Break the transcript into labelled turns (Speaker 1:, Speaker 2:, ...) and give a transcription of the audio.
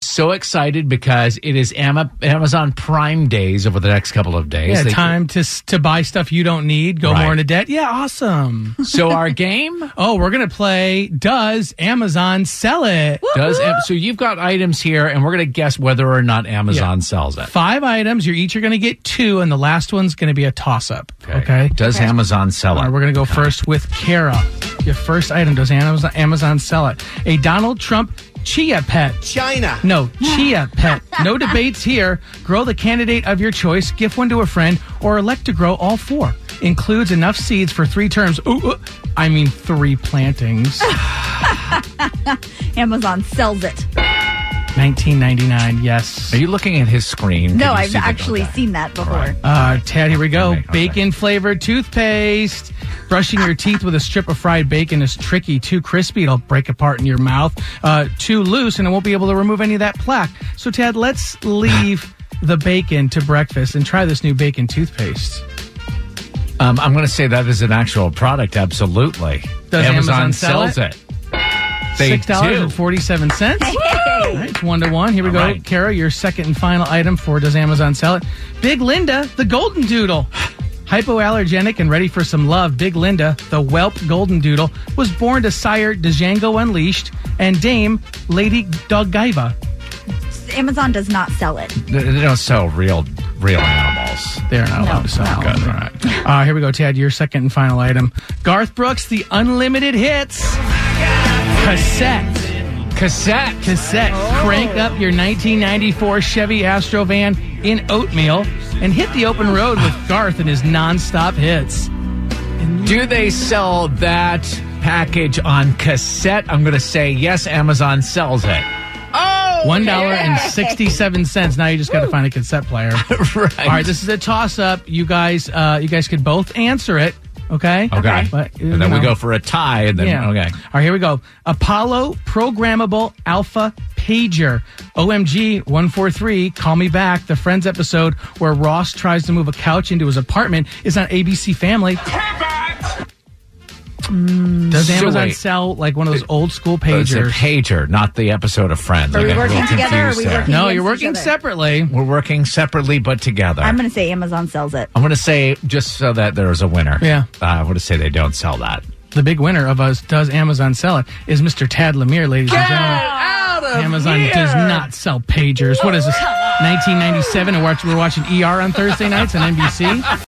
Speaker 1: so excited because it is Ama- Amazon Prime Days over the next couple of days.
Speaker 2: Yeah,
Speaker 1: They-
Speaker 2: time to s- to buy stuff you don't need, go
Speaker 1: Right.
Speaker 2: more into debt. Yeah, awesome.
Speaker 1: So our game
Speaker 2: oh, we're gonna play. Does Amazon sell it?
Speaker 1: does Am- so you've got items here, and we're going to guess whether or not Amazon sells it.
Speaker 2: Five items. You're each are gonna get two, and the last one's gonna be a toss up. Okay.
Speaker 1: Does Amazon sell
Speaker 2: All right,
Speaker 1: it?
Speaker 2: we're gonna go first with Kara. Your first item. Does Amazon Amazon sell it? A Donald Trump chia pet.
Speaker 3: China.
Speaker 2: No, chia pet. No debates here. Grow the candidate of your choice, gift one to a friend, or elect to grow all four. Includes enough seeds for three terms. Ooh, ooh, I mean, three plantings.
Speaker 4: Amazon sells it.
Speaker 2: 1999, yes.
Speaker 1: Are you looking at his screen? Can
Speaker 4: No,
Speaker 1: you
Speaker 4: I've
Speaker 1: see the-
Speaker 4: actually
Speaker 1: okay.
Speaker 4: seen that before.
Speaker 2: Uh, Tad, here we go.
Speaker 1: Okay, okay.
Speaker 2: Bacon flavored toothpaste. Brushing your teeth with a strip of fried bacon is tricky. Too crispy, it'll break apart in your mouth. Uh, too loose, and it won't be able to remove any of that plaque. So, Tad, let's leave the bacon to breakfast and try this new bacon toothpaste.
Speaker 1: Um, I'm going to say that is an actual product. Absolutely.
Speaker 2: Does Amazon sell
Speaker 1: sells it?
Speaker 2: it?
Speaker 1: They
Speaker 2: Six dollars
Speaker 1: do.
Speaker 2: and forty-seven cents. All right, it's one to one. Here we
Speaker 1: All
Speaker 2: go,
Speaker 1: right.
Speaker 2: Kara. Your second and final item for does Amazon sell it? Big Linda, the golden doodle, hypoallergenic and ready for some love. Big Linda, the whelp golden doodle, was born to sire Django Unleashed and Dame Lady Godiva.
Speaker 4: Amazon does not sell it.
Speaker 1: They, they don't sell real real animals.
Speaker 2: They're not allowed to sell.
Speaker 4: no.
Speaker 1: Good. All right.
Speaker 2: Uh, here we go, Tad. Your second and final item: Garth Brooks, the unlimited hits
Speaker 1: Oh
Speaker 2: cassette.
Speaker 1: Cassette.
Speaker 2: cassette. Crank up your 1994 Chevy Astro van in oatmeal and hit the open road with Garth and his nonstop hits.
Speaker 1: Oh, Do they sell that package on cassette? I'm going to say yes, Amazon sells it.
Speaker 2: One dollar and sixty-seven cents. Now you just got to find a cassette player.
Speaker 1: right.
Speaker 2: All right, this is a toss-up. You guys, uh, you guys could both answer it. Okay.
Speaker 1: okay.
Speaker 2: But, uh,
Speaker 1: and then
Speaker 2: you
Speaker 1: we
Speaker 2: know.
Speaker 1: go for a tie and then
Speaker 2: Yeah.
Speaker 1: okay.
Speaker 2: All right, here we go. Apollo Programmable Alpha Pager. OMG 143, Call Me Back, the Friends episode where Ross tries to move a couch into his apartment is on ABC Family. Does
Speaker 1: So
Speaker 2: Amazon
Speaker 1: wait.
Speaker 2: sell like one of those old school
Speaker 1: Oh, It's a
Speaker 2: pagers?
Speaker 1: pager, not the episode of Friends.
Speaker 4: Are
Speaker 1: I
Speaker 4: we
Speaker 1: got a
Speaker 4: working
Speaker 1: little
Speaker 4: together or are
Speaker 1: confused
Speaker 4: we
Speaker 1: there.
Speaker 4: working-
Speaker 2: no,
Speaker 4: Against
Speaker 2: you're
Speaker 4: each
Speaker 2: working
Speaker 4: other.
Speaker 2: separately.
Speaker 1: We're working separately but together.
Speaker 4: I'm
Speaker 1: I'm,
Speaker 4: going to say Amazon sells it.
Speaker 1: going to say just so that there's a winner.
Speaker 2: Yeah.
Speaker 1: Uh, I'm going to say they don't sell that.
Speaker 2: The big winner of us, Does Amazon Sell It, is Mr. Tad Lemire, ladies and gentlemen.
Speaker 1: out of Oh,
Speaker 2: Amazon does not sell E pagers. What is this? 1997, and we're we're watching ER on Thursday nights on NBC.